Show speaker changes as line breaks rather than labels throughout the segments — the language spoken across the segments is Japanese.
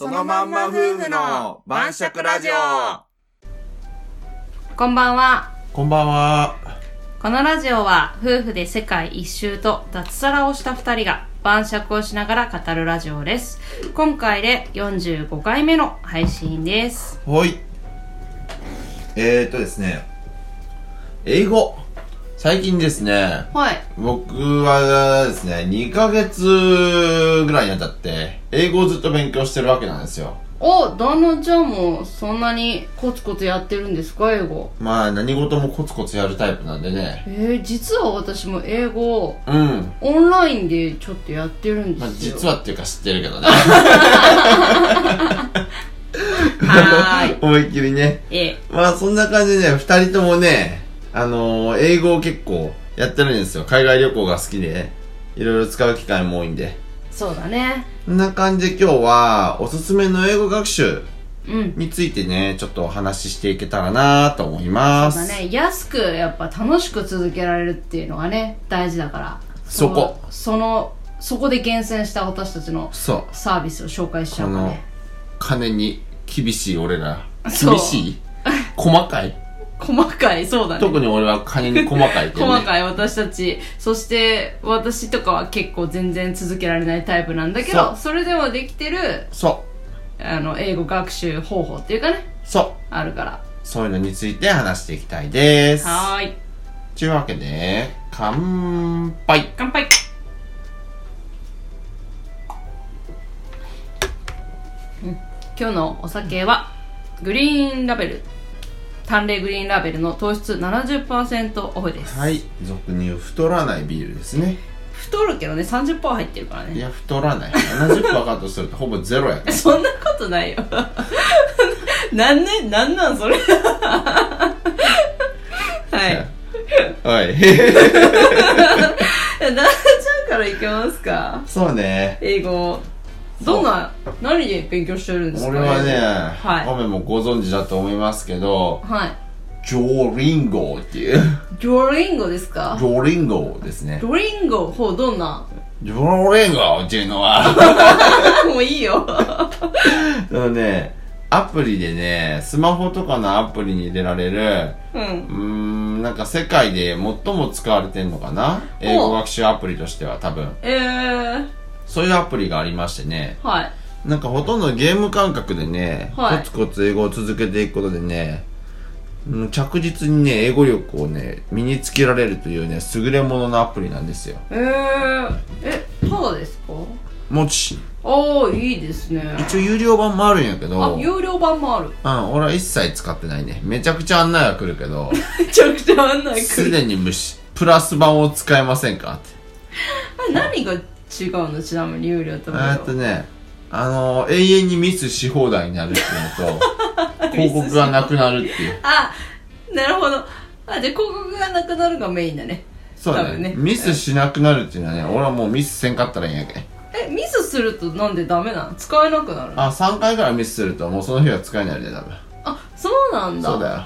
のまんま夫婦の晩酌ラジオ
こんばんは。
こんばんは。
このラジオは夫婦で世界一周と脱サラをした2人が晩酌をしながら語るラジオです。今回で45回目の配信です。
はい。えー、っとですね。英語。最近ですね、
はい。
僕はですね、2ヶ月ぐらいにあたって、英語をずっと勉強してるわけなんですよ。
お、旦那ちゃんもそんなにコツコツやってるんですか、英語。
まあ、何事もコツコツやるタイプなんでね。
えー、実は私も英語
うん。
オンラインでちょっとやってるんです
ま
よ
あ、。実はっていうか知ってるけどね。
はーい。
思いっきりね。
え
まあ、そんな感じでね、2人ともね、あのー英語を結構やってるんですよ。海外旅行が好きで、いろいろ使う機会も多いんで。
そうだね。
そんな感じで今日はおすすめの英語学習
うん。
についてね、ちょっとお話ししていけたらなと思いま
そう
す。
だね。安く、やっぱ楽しく続けられるっていうのがね、大事だから。
そこ
の。その、そこで厳選した私たちの
そう。
サービスを紹介しちゃ
こ
うか
の
ね。
金に厳しい俺ら。
そう
厳しい細かい
細かい、そうだね。
特に俺は金に細かいって、ね。
細
い。
かい私たちそして私とかは結構全然続けられないタイプなんだけ
そ
ど
う
それでもできてる
そ
あの英語学習方法っていうかね
う。そう。
あるから
そういうのについて話していきたいです。
はーい
というわけで、乾杯
乾杯うん今日のお酒はグリーンラベル淡麗グリーンラベルの糖質70%オフです、
はい。俗に言う太らないビールですね。
太るけどね30%入ってるから
い
ね
や、太らない。70%カットするとほ ぼゼロやから。
そんなことないよ なんねなんなんそれ はい
はい。
旦那ちゃんからいけますか
そうね。
英語どんな何で勉強してるんですか
俺はね、
はい
カメもご存知だと思いますけど、
はい
ジョーリンゴっていう、
ジョリンゴですか
ジョーリンゴですね
ジ。ョリンゴほうどんな
ジョーリンゴっていうの は、
もういいよ
あのね、アプリでね、スマホとかのアプリに入れられる、
うん
うーん、なんか世界で最も使われてんのかな英語学習アプリとしては多分。
えー、
そういうアプリがありましてね、
はい
なんかほとんどゲーム感覚でね、
はい
コツコツ英語を続けていくことでね、うん着実にね、英語力をね、身につけられるというね、優れもののアプリなんですよ。
えー、えただですか
もち、
ああいいですね
一応有料版もあるんやけ
あ
ど、うん、
有料版も ある
俺は一切使ってないね。めちゃくちゃ案内が来るけ ど、
めちゃくちゃ案内来
す
る
でに無視、プラス版を使えませんかって。
あ何が違うのちなみに有料と無
えっと
料
ね、あの永遠にミスし放題になるっていうの と、広告がなくなるっていう。
あなるほどあじゃあ広告がなくなるがメインだね
そう
多
だ
分
ね
ね
ミスしなくなるっていうのはね、俺はもうミスせんかったらいいんやけん。
えミスするとなんでダメなの使えなくなるの
あ、3回からミスするともうその日は使えないで、多分。
あそうなんだ
そうだよ。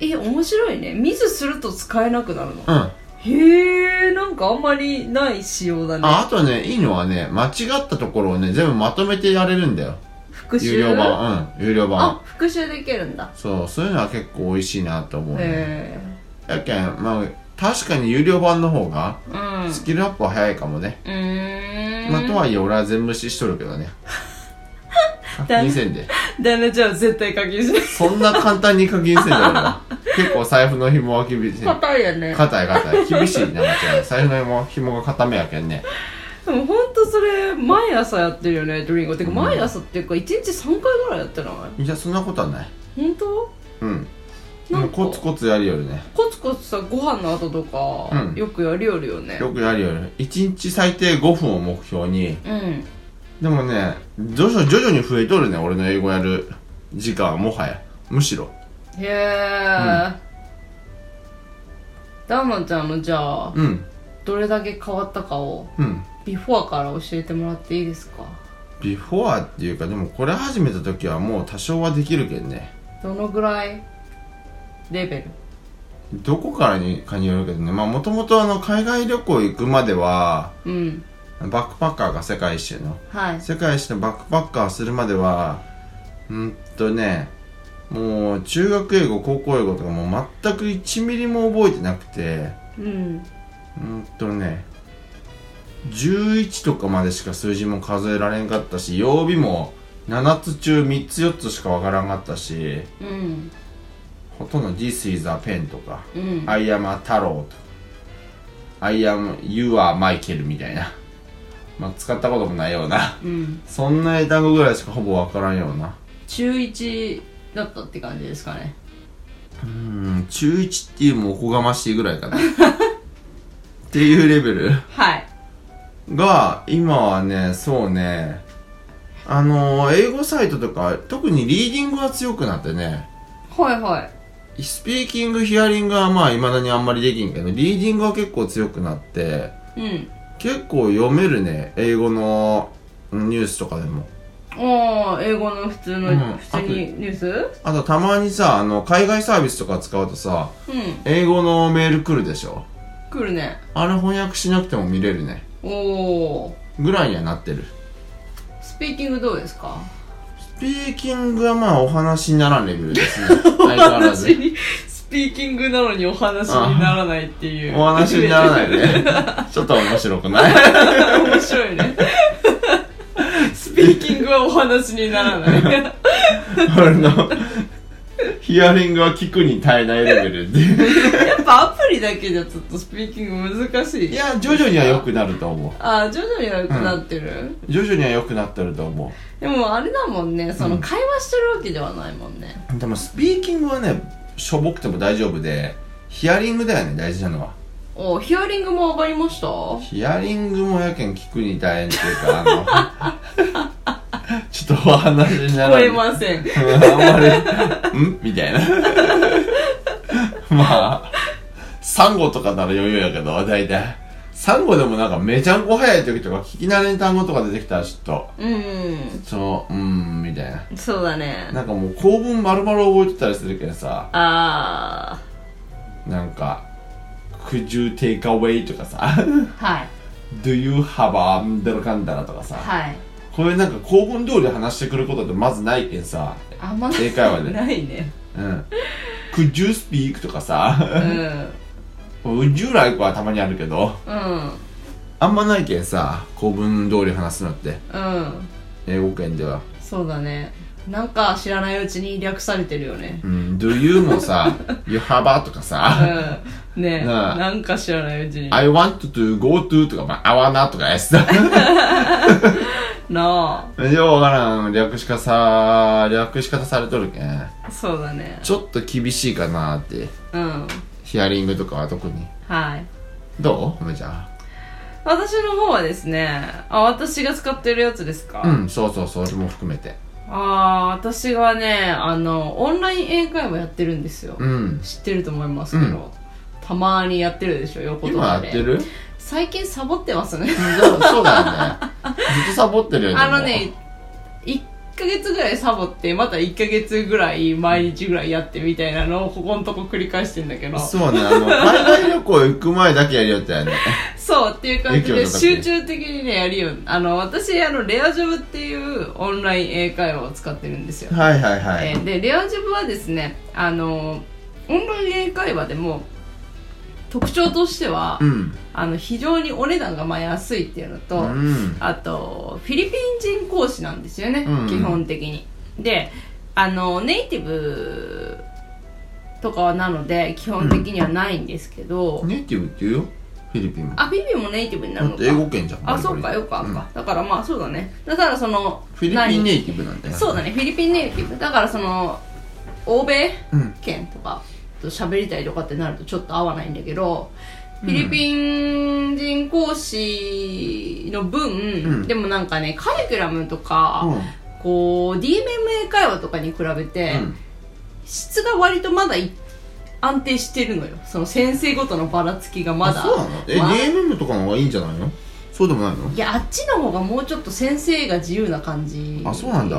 え面白いねミスすると使えなくなるの
うん。あ、
へえんかあんまりない仕様だね
あとね、いいのはね、間違ったところをね、全部まとめてやれるんだよ。
復習
有料版。うん、有料版。
あ復習できるんだ
そう、そういうのは結構美味しいなと思うね。
へ
やけん、まあ、確かに有料版の方が、
えうんう
スキルアップは早いかもね。
ーん
まあ、とはいえ俺は全無視しとるけど ね。課金せんで。
旦那ちゃんは絶対課金しない
そんな簡単に課金せんで俺は。 結構財布の紐は厳しい。
硬いよね
硬い硬い厳しいな間違いない財布の紐紐が固めやけんね
でもほんとそれ毎朝やってるよねドリンゴてか毎朝っていうか1日3回ぐらいやってない
いやそんなことはない
本当
うん
なんか
コツコツやるよりね
コツコツさご飯の後とか、
うん
よくやりよるよね
よくやるより1日最低5分を目標に
うん
でもね徐々徐々に増えとるね俺の英語やる時間はもはやむしろ
へえ、旦那ちゃんのじゃあ
うん
どれだけ変わったかを
うん
ビフォアから教えてもらっていいですか
ビフォアっていうかでもこれ始めた時はもう多少はできるけんね
どのぐらいレベル
どこからにかによるけどねまあもともとあの海外旅行行くまでは
うん
バックパッカーが世界一周の
はい
世界一のバックパッカーするまではうんとねもう中学英語高校英語とかもう全く1ミリも覚えてなくて
うん
うんとね11とかまでしか数字も数えられんかったし曜日も7つ中3つ4つしかわからんかったし
うん
ほとんど「This is a pen」とか「
うん
I am a 太郎」と「I am you are Michael」みたいな、まあ、使ったこともないような
うん
そんな英単語ぐらいしかほぼわからんような
中1だったって感じですかね
うん中1っていうもおこがましいぐら いかなっていうレベル
はい
が今はねそうねあのー英語サイトとか特にリーディングが強くなってね
はいはい
スピーキングヒアリングはまあ未だにあんまりできんけどリーディングは結構強くなって
うん
結構読めるね英語のニュースとかでも
ああ英語の普通の、
うん
普通にニュース
あとたまにさあの海外サービスとか使うとさ
うん
英語のメール来るでしょ
来るね
あれ翻訳しなくても見れるね
おお
ぐらいにはなってる
スピーキングどうですか
スピーキングはまあお話にならんレベル ですね相変わらず
私にスピーキングなのにお話にならないっていう
お話にならないねちょっと面白く ない
面白いねスピーキングはお話にならない
俺のヒアリングは聞くに耐えないレベ ルで
やっぱアプリだけじゃちょっとスピーキング難しい
いや徐々には良くなると思
ああ徐々には良くなってる、
う徐々には良くなってると思
でもあれだもんねそうの
ん
会話してるわけではないもんね、
うでもスピーキングはねしょぼくても大丈夫でヒアリングだよね大事なのは
おヒアリングも上がりました
ヒアリングもやけん聞くに耐えんっていうかあの ちょっとお話になら
聞こ
ない
えません
あんまり、んみたいな。まあ、サンゴとかなら余裕やけど、大体。サンゴでもなんかめちゃんこ早い時とか聞き慣れん単語とか出てきたらちょっと、
うん
そう、うーん、みたいな。
そうだね
なんかもう構文丸々覚えてたりするけどさ、
あ
なんか、Could you take away? とかさ、
あはい
Do you have a んだらかんだらとかさ、
はい
こういうなんか構文通り話してくることってまずないけんさ、
あんまない
英会話で
ないね
うん。Could you speak? とかさ、
うん
従来はたまにあるけど
うん
あんまないけんさ公文通り話すのって
うん
英語圏では
そうだねなんか知らないうちに略されてるよね
うん「do you」もさ 「you have a」とかさ
うんね
なあ
なんか知らないうちに
「I want to go to」とか「まあ、I wanna」とかやつだ
な
ようわからん略しかさ略し方されとるけん
あそうだね
ちょっと厳しいかなって
うん
ヒアリングとかは特に
はい
どうめちゃ
私の方はですねあ私が使ってるやつですか、
んうんそうそうそれも含めて
ああー私はねあのオンライン英会話やってるんですよ、
うん
知ってると思いますけど、
う
たまにやってるでしょ横と
今や
か
っ
で
てる
最近サボってますね
そうそうだよねずっとサボってるよね
あの
も
ね1ヶ月ぐらいサボってまた1ヶ月ぐらい毎日ぐらいやってみたいなのをここのとこ繰り返してんだけど
うそうねあの海外旅行行く前だけやりよったよね
そうっていう感じ
影
で
響力
集中的にねやるよあの私あのレアジョブっていうオンライン英会話を使ってるんですよ、
はいはいは
え
い。
ーでレアジョブはですねあのオンライン英会話でも特徴としては、
うん。
あの非常にお値段がまあ安いっていうの
う
と、
ん。
あとフィリピン人講師なんですよね、
うんうん
基本的にであのネイティブとかはなので基本的にはないんですけど、
ネイティブって言うよ。フィリピンも。
あフィリピンもネイティブにな
だ
るの
っ
か
て英語圏じゃん。
あそ
バ
うか
リバリ
よか、
うん
かだからまあそうだねだからその
フィリピンネイティブなんだ
何
よ。
そうだねフィリピンネイティブだからその欧米
うん。
圏とかと喋りたいとかってなるとちょっと合わないんだけどフィリピン人講師の分、
ん
でもなんかねカリキュラムとか、
うん。
こう DMMA 会話とかに比べて、
うん
質が割とまだい安定してるのよその先生ごとのばらつきがま
あ
だ
そうなのえ、
まあ
DMM とかの方がいいんじゃないのそうでもないの
いやあっちの方がもうちょっと先生が自由な感じ
あそうなんだ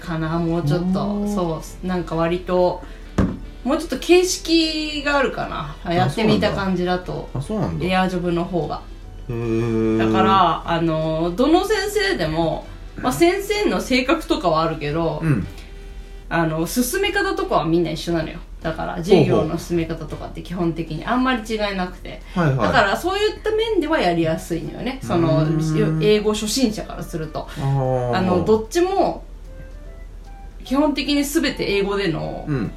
かなもうちょっとそうなんか割ともうちょっと形式があるかなやってみた感じだと
あ、そうなんだ。
エアジョブの方がだからあのどの先生でも、まあ、先生の性格とかはあるけど、
うん
あの進め方とかはみんな一緒なのよだから授業の進め方とかって基本的にあんまり違いなくて、
はいはい
だからそういった面ではやりやすいのよねそうの
ーん
英語初心者からすると
あー
あのどっちも基本的に全て英語での
うん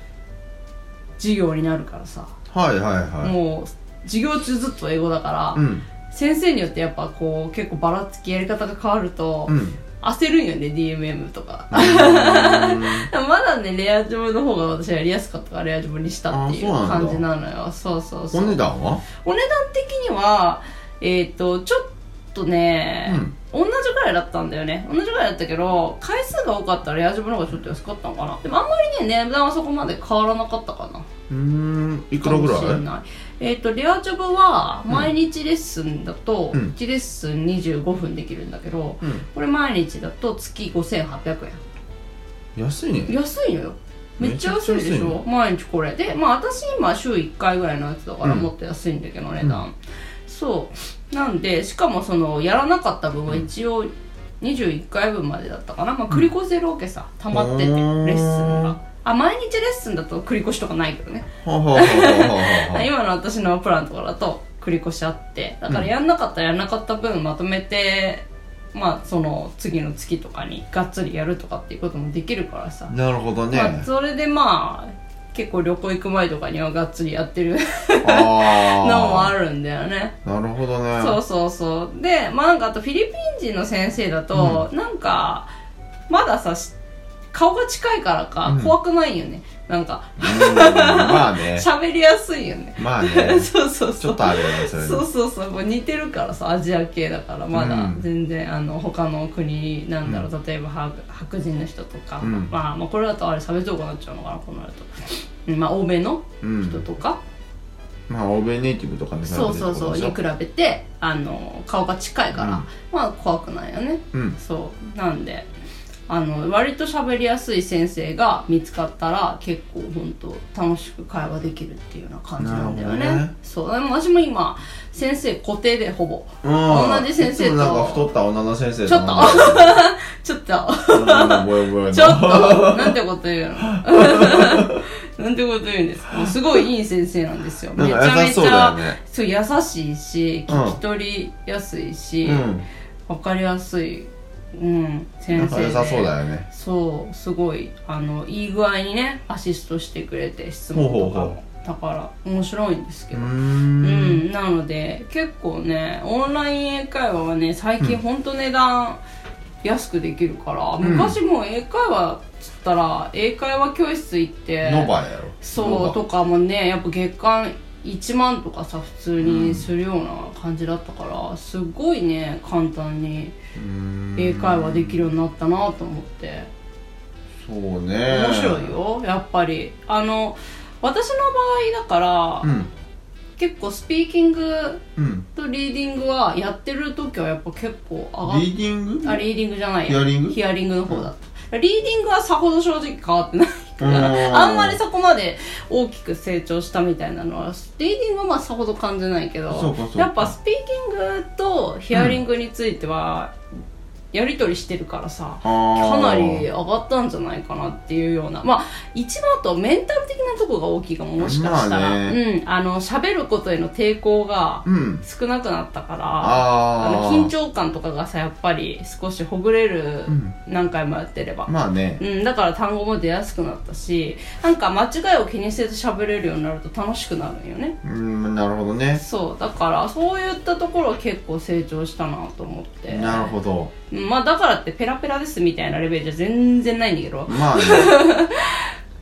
授業になるからさ、
はいはいはい
もう授業中ずっと英語だから、
うん
先生によってやっぱこう結構ばらつきやり方が変わると、
うん
焦るんよね DMM とか まだねレアジムの方が私はやりやすかったからレアジムにしたっていう
あそうなんだ
感じなのよそうそうそ
お
う
値段は
お値段的にはえっ、とちょっとね、同じぐらいだったんだよね同じぐらいだったけど回数が多かったらレアジムの方がちょっと安かったのかなでもあんまりね値段はそこまで変わらなかったかな
うーんいくらぐらい
かもしれないえっ、とレアジョブは毎日レッスンだと
うん
1レッスン25分できるんだけど、
うん
これ毎日だと月5800
安いね
円安いのよめっちゃ安い
め
でし
ちゃくちゃ安
ょ毎日これでまあ私今週1回ぐらいのやつだから
うん
もっと安いんだけど値段、そうなんでしかもそのやらなかった分は一応21回分までだったかな、まあ、繰り越せるわけさ溜まっててレ
うん
ッスンがあ毎日レッスンだと繰り越しとかないけどね
はははははは
今の私のプランとかだと繰り越しあってだからやんなかったらやんなかった分まとめて、まあその次の月とかにがっつりやるとかっていうこともできるからさ、
なるほどね
まあ、それでまあ結構旅行行く前とかにはがっつりやってるのもあ
あ
るんだよね
あなるほどね
そうそうそうでまあなんかあとフィリピン人の先生だと、なんかまださし顔が近いからか
うん
怖くないよね、なんか
うーんまあ ね
喋りやすいよね
まあね
そうそうそう
ちょっとあるよねそれね
そうそうそうもう似てるからさアジア系だからまだ
うん
全然、あの他の国なんだろう、
う
例えば白白人の人とか、
うん
まあ、まあこれだとあれ差別多くなっちゃうのかなこのなるとうんまあ欧米の
うん
人とか、
まあ欧米ネイティブとかに比べて
そうそうそうに
って
比
ことでし
べてあの顔が近いから、
うん
まあ怖くないよね
ょうん
そうなんであの割と喋りやすい先生が見つかったら結構本当楽しく会話できるっていうような感じなんだよ
な
ね
るほどね
そうでも私も今先生固定でほぼ
うん
同じ先生と
いつもなんか太った女の先生となんか
ち ょっと
うんぼよぼよの
ちょっと なんてこと言うのなんてこと言うんですかもうすごいいい先生なんですよ
な
め
ん
ち
か
ゃめ
優しそ
ち
うだよ
ゃ
ね
そう優しいし
うん
聞き取りやすいし、
うん
わかりやすい、うん、先
なん
生
か
で
良さそうだよね
そうすごいあのいい具合にねアシストしてくれて質問とかも
ほうほうほ
だから面白いんですけ
うー
ど、うんん、なので結構ねオンライン英会話はね最近ほんと値段安くできるから、
ん
昔もう英会話っつったら英会話教室行って
ノバやろ
そうと
ノ
かもねやっぱ月間1万とかさ普通にするような感じだったから、すごいね簡単に
バうーん
英会話できるようになったなと思って。
そうね
面白いよやっぱりあの私の場合だから、
うん
結構スピーキング
うん
とリーディングはやってる時はやっぱ結構上がっ
リーディング
あリーディングじゃない
ヒアリング
ヒアリングの方だった、リーディングはさほど正直変わってないから
うん
あんまりそこまで大きく成長したみたいなのはリーディングはまあさほど感じないけ
そう
ど
かそうか
やっぱスピーキングとヒアリングについてはやり取りしてるからさ、か
か
なり上がったんじゃないかなっていうようなまあ一番あとメンタル的なとこが大きいかももしかしたら、
まあね
うんあの喋ることへの抵抗が
うん
少なくなったから、あ
あ
の
あ
緊張感とかがさやっぱり少しほぐれる、
うん
何回もやってれば、
まあね
うん、だから単語も出やすくなったしなんか間違いを気にせず喋れるようになると楽しくなるんよね
うんなるほどね
そうだからそういったところは結構成長したなと思って
なるほど
まあだからってペラペラですみたいなレベルじゃ全然ないんだけど。
まあね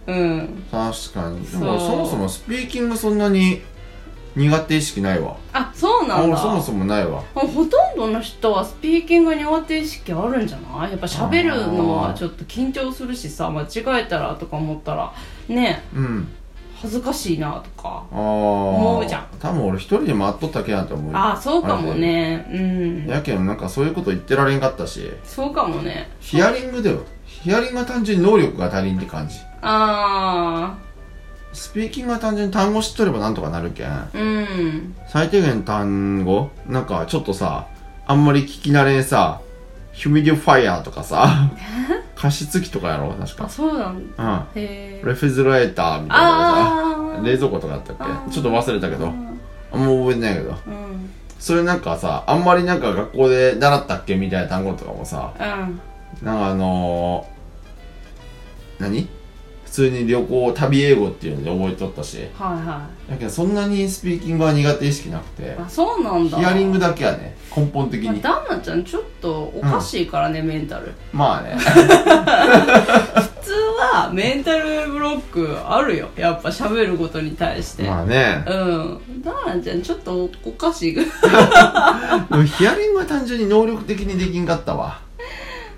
うん。
確かにで
そ
も
う
そもそもスピーキングそんなに苦手意識ないわ
あ、そうなん
俺
だ。
そもそもないわ
もうほとんどの人はスピーキング苦手意識あるんじゃないやっぱ喋るのは
あー
ちょっと緊張するしさ、間違えたらとか思ったら、ね、
うん
恥ずかしいなとか。
ああ思
うじゃん
多分俺一人で回っとったけなんて思うよ
あー、そうかもね。うん。
やけんなんかそういうこと言ってられんかったし
そうかもね。
ヒアリングだよヒアリングは単純に能力が足りんって感じ
あ
スピーキングは単純に単語知っとればなんとかなるけん
うん
最低限単語なんかちょっとさあんまり聞き慣れんさヒュミディファイヤーとか さ加湿器とかやろ確
あ
か
そうなんだ
う
へえ
んレフェジレーターみたいな
あ
さ
あ
冷蔵庫とかやったっ
あー
けちょっと忘れたけどあんま覚えてないけど
うんうん
それなんかさあんまりなんか学校で習ったっけみたいな単語とかもさ
うん
なんかあのー、何普通に旅行旅英語っていうので覚えとったし
はいは
だけどそんなにスピーキングは苦手意識なくて
いあそうなんだ
ヒアリングだけはね根本的
まあ
に
旦那ちゃんちょっとおかしいからね、メンタル
まあ ね
普通はメンタルブロックあるよやっぱ喋ることに対して、
まあね
うん旦那ちゃんちょっとおかし い
でもヒアリングは単純に能力的にできんかったわ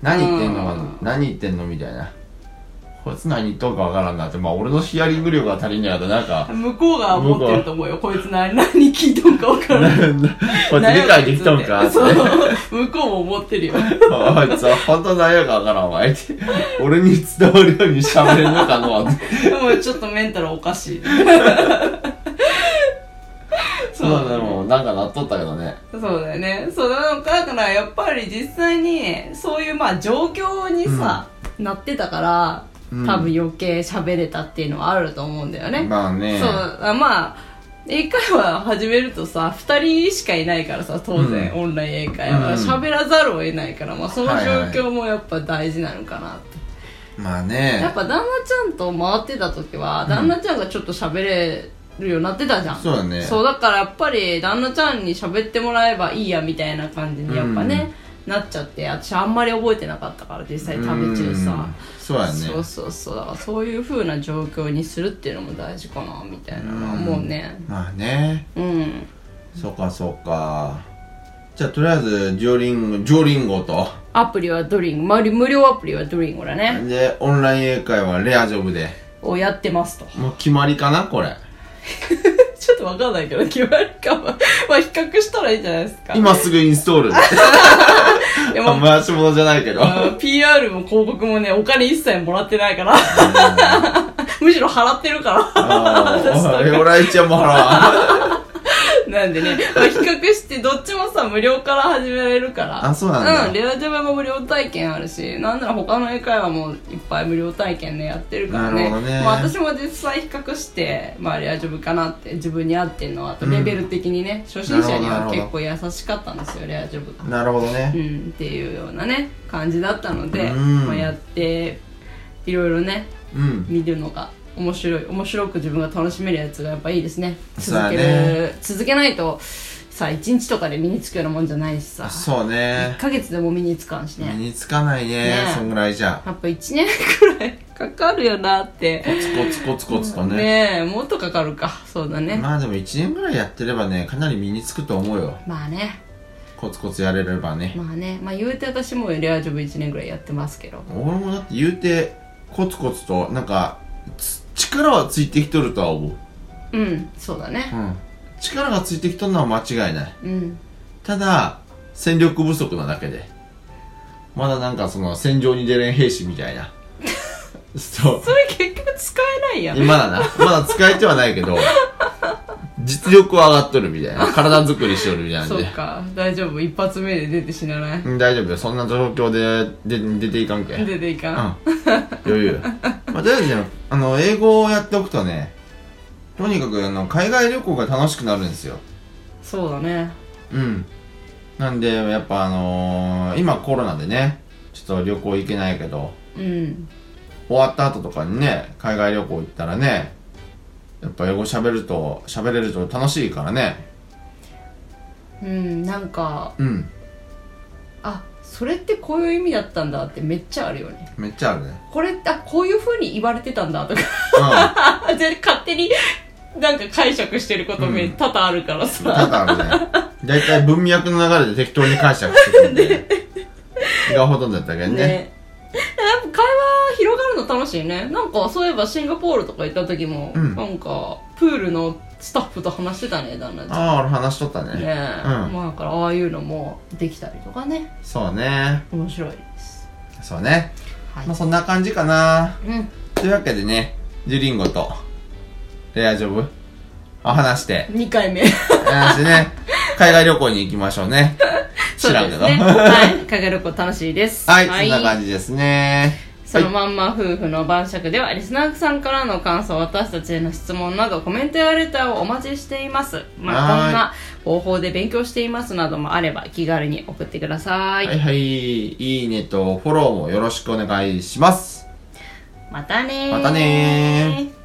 何言ってんのかな
うん
何言ってんのみたいなこいつ何言っとんかわからんなってまあ俺のヒアリング力が足りんのやとなんか
向こうが思ってると思うよこいつ何何聞いとんか分から
な
ない
なこいつ理解できとんかって
そう向こうも思ってるよ
あいつは本当なんやかわからんわ。相手俺に伝わるように喋れるのかのうって。
でもちょっとメンタルおかしい
そうだね、もうなんかなっとったけどね。
そうだよねそうなんかだからやっぱり実際にそういうまあ状況にさ、なってたから
うん
多分余計喋れたっていうのはあると思うんだよね、
まあね。
そうあまあ英会話始めるとさ2人しかいないからさ当然、
う
オンライン英会話
うん
喋、らざるを得ないから、まあ、その
はい
状
はい
況もやっぱ大事なのかなって、
まあ
や
ね
っ。ぱ旦那ちゃんと回ってた時は、旦那ちゃんがちょっと喋れるようになってたじゃん
そうだね。
そうだからやっぱり旦那ちゃんに喋ってもらえばいいやみたいな感じにやっぱね、なっちゃって私あんまり覚えてなかったから実際旅中さ、
うん。そうやね。
そうそうそうだからそういう風な状況にするっていうのも大事かなみたいなのは
うん
もうね
まあね。
うん
そうかそうか。じゃあとりあえず、ジョリンゴ、ジョリンゴと。
アプリはドリングまあ無料アプリはドリンゴだね
で、オンライン英会話レアジョブで。
をやってますと
もう決まりかなこれ。
ちょっとわかんないけど決まるかも まあ比較したらいいんじゃないですか
今すぐインストール。
でも
回し物じゃないけど。
うん PR も広告もねお金一切もらってないから むしろ払ってるから
あ ー俺は一応もう払わん。
なんでね、まあ、比較してどっちもさ無料から始められるから
あそうなんだ
レアジャバも無料体験あるしなんなら他の英会話もいっぱい無料体験ねやってるから
なる
ね
ほどね
まあ、私も実際比較して、まあ、レアジャブかなって自分に合ってるのはあとレベル的にね、初心者に
なる
は
ほど
結構優しかったんですよレアジャブが、
なるほどね
う。ん、っていうようなね感じだったので、
うん
まあ、やっていろいろね
うん。
見るのが面白い面白く自分が楽しめるやつがやっぱいいですね
そう
続
だ
け
ね
る、続けないとさ一日とかで身につくようなもんじゃないしさ
そうね
1。ヶ月でも身につかんしね
身につかないね
ね
そんぐらいじゃ
やっぱ1年くらいかかるよなって
コツコツコツコツと
ね
ね
えもっとかかるかそうだねま
まあでも1年ぐらいやってればねかなり身につくと思うよ
あね
コツコツやれればね
まあねまあ言うて私もレアジョブ1年ぐらいやってますけど
俺もだって言うてコツコツとなんかつ力はついてきとるとは思う
うんそうだね
うん力がついてきとるのは間違いない
うん
ただ戦力不足なだけでまだなんかその戦場に出れん兵士みたい なそう
それ結局使えないやん
今だな。まだ使えてはないけど、実力は上がっとるみたいな。体作りしとるみたいなん
そう
で。
か大丈夫一発目で出て死なない
うん大丈夫よ。そんな状況でで出ていかんけ。うん。
出ていかん、
余裕。まあ、とりあえずね、あの、英語をやっておくとね、とにかくあの海外旅行が楽しくなるんですよ。
そうだね
うん。なんで、やっぱあのー今コロナでね、ちょっと旅行行けないけど、
うん
終わった後とかにね、海外旅行行ったらね、やっぱ英語喋ると、喋れると楽しいからね。
うんなんか
うん。
あそれってこういう意味だったんだってめっちゃあるよね
めっちゃあるね。
これってあこういう風に言われてたんだとか
う
全然勝手になんか解釈してることめ
うん
多々あるから
ん。多
さ、
々あるね。大体文脈の流れで適当に解釈してくるんで。がほとんどだったけど
ね
ね。
やっぱ会話広がるの楽しいねなんかそういえばシンガポールとか行った時も、
うん
なんかプールのスタッフと話してたね旦那ちゃん
ああ、俺話しとった
ねえ、
ね。うん
まあだからああいうのもできたりとかね
そうね。
面白いです
そうね。
はい
まあそんな感じかな。
うん
というわけでね、ジュリンゴとで大丈夫あ話して
2回目
話してね海外旅行に行きましょうね
そ
知
う
らんけ
です
ど、
ねはい海外旅行楽しいです
はい、そんな感じですね
そのまんま夫婦の晩酌ではリスナーさんからの感想私たちへの質問などコメントやレターをお待ちしていますま
は
あ
い
こんな方法で勉強していますなどもあれば気軽に送ってください、
はいはいいいねとフォローもよろしくお願いします
またねー
またねー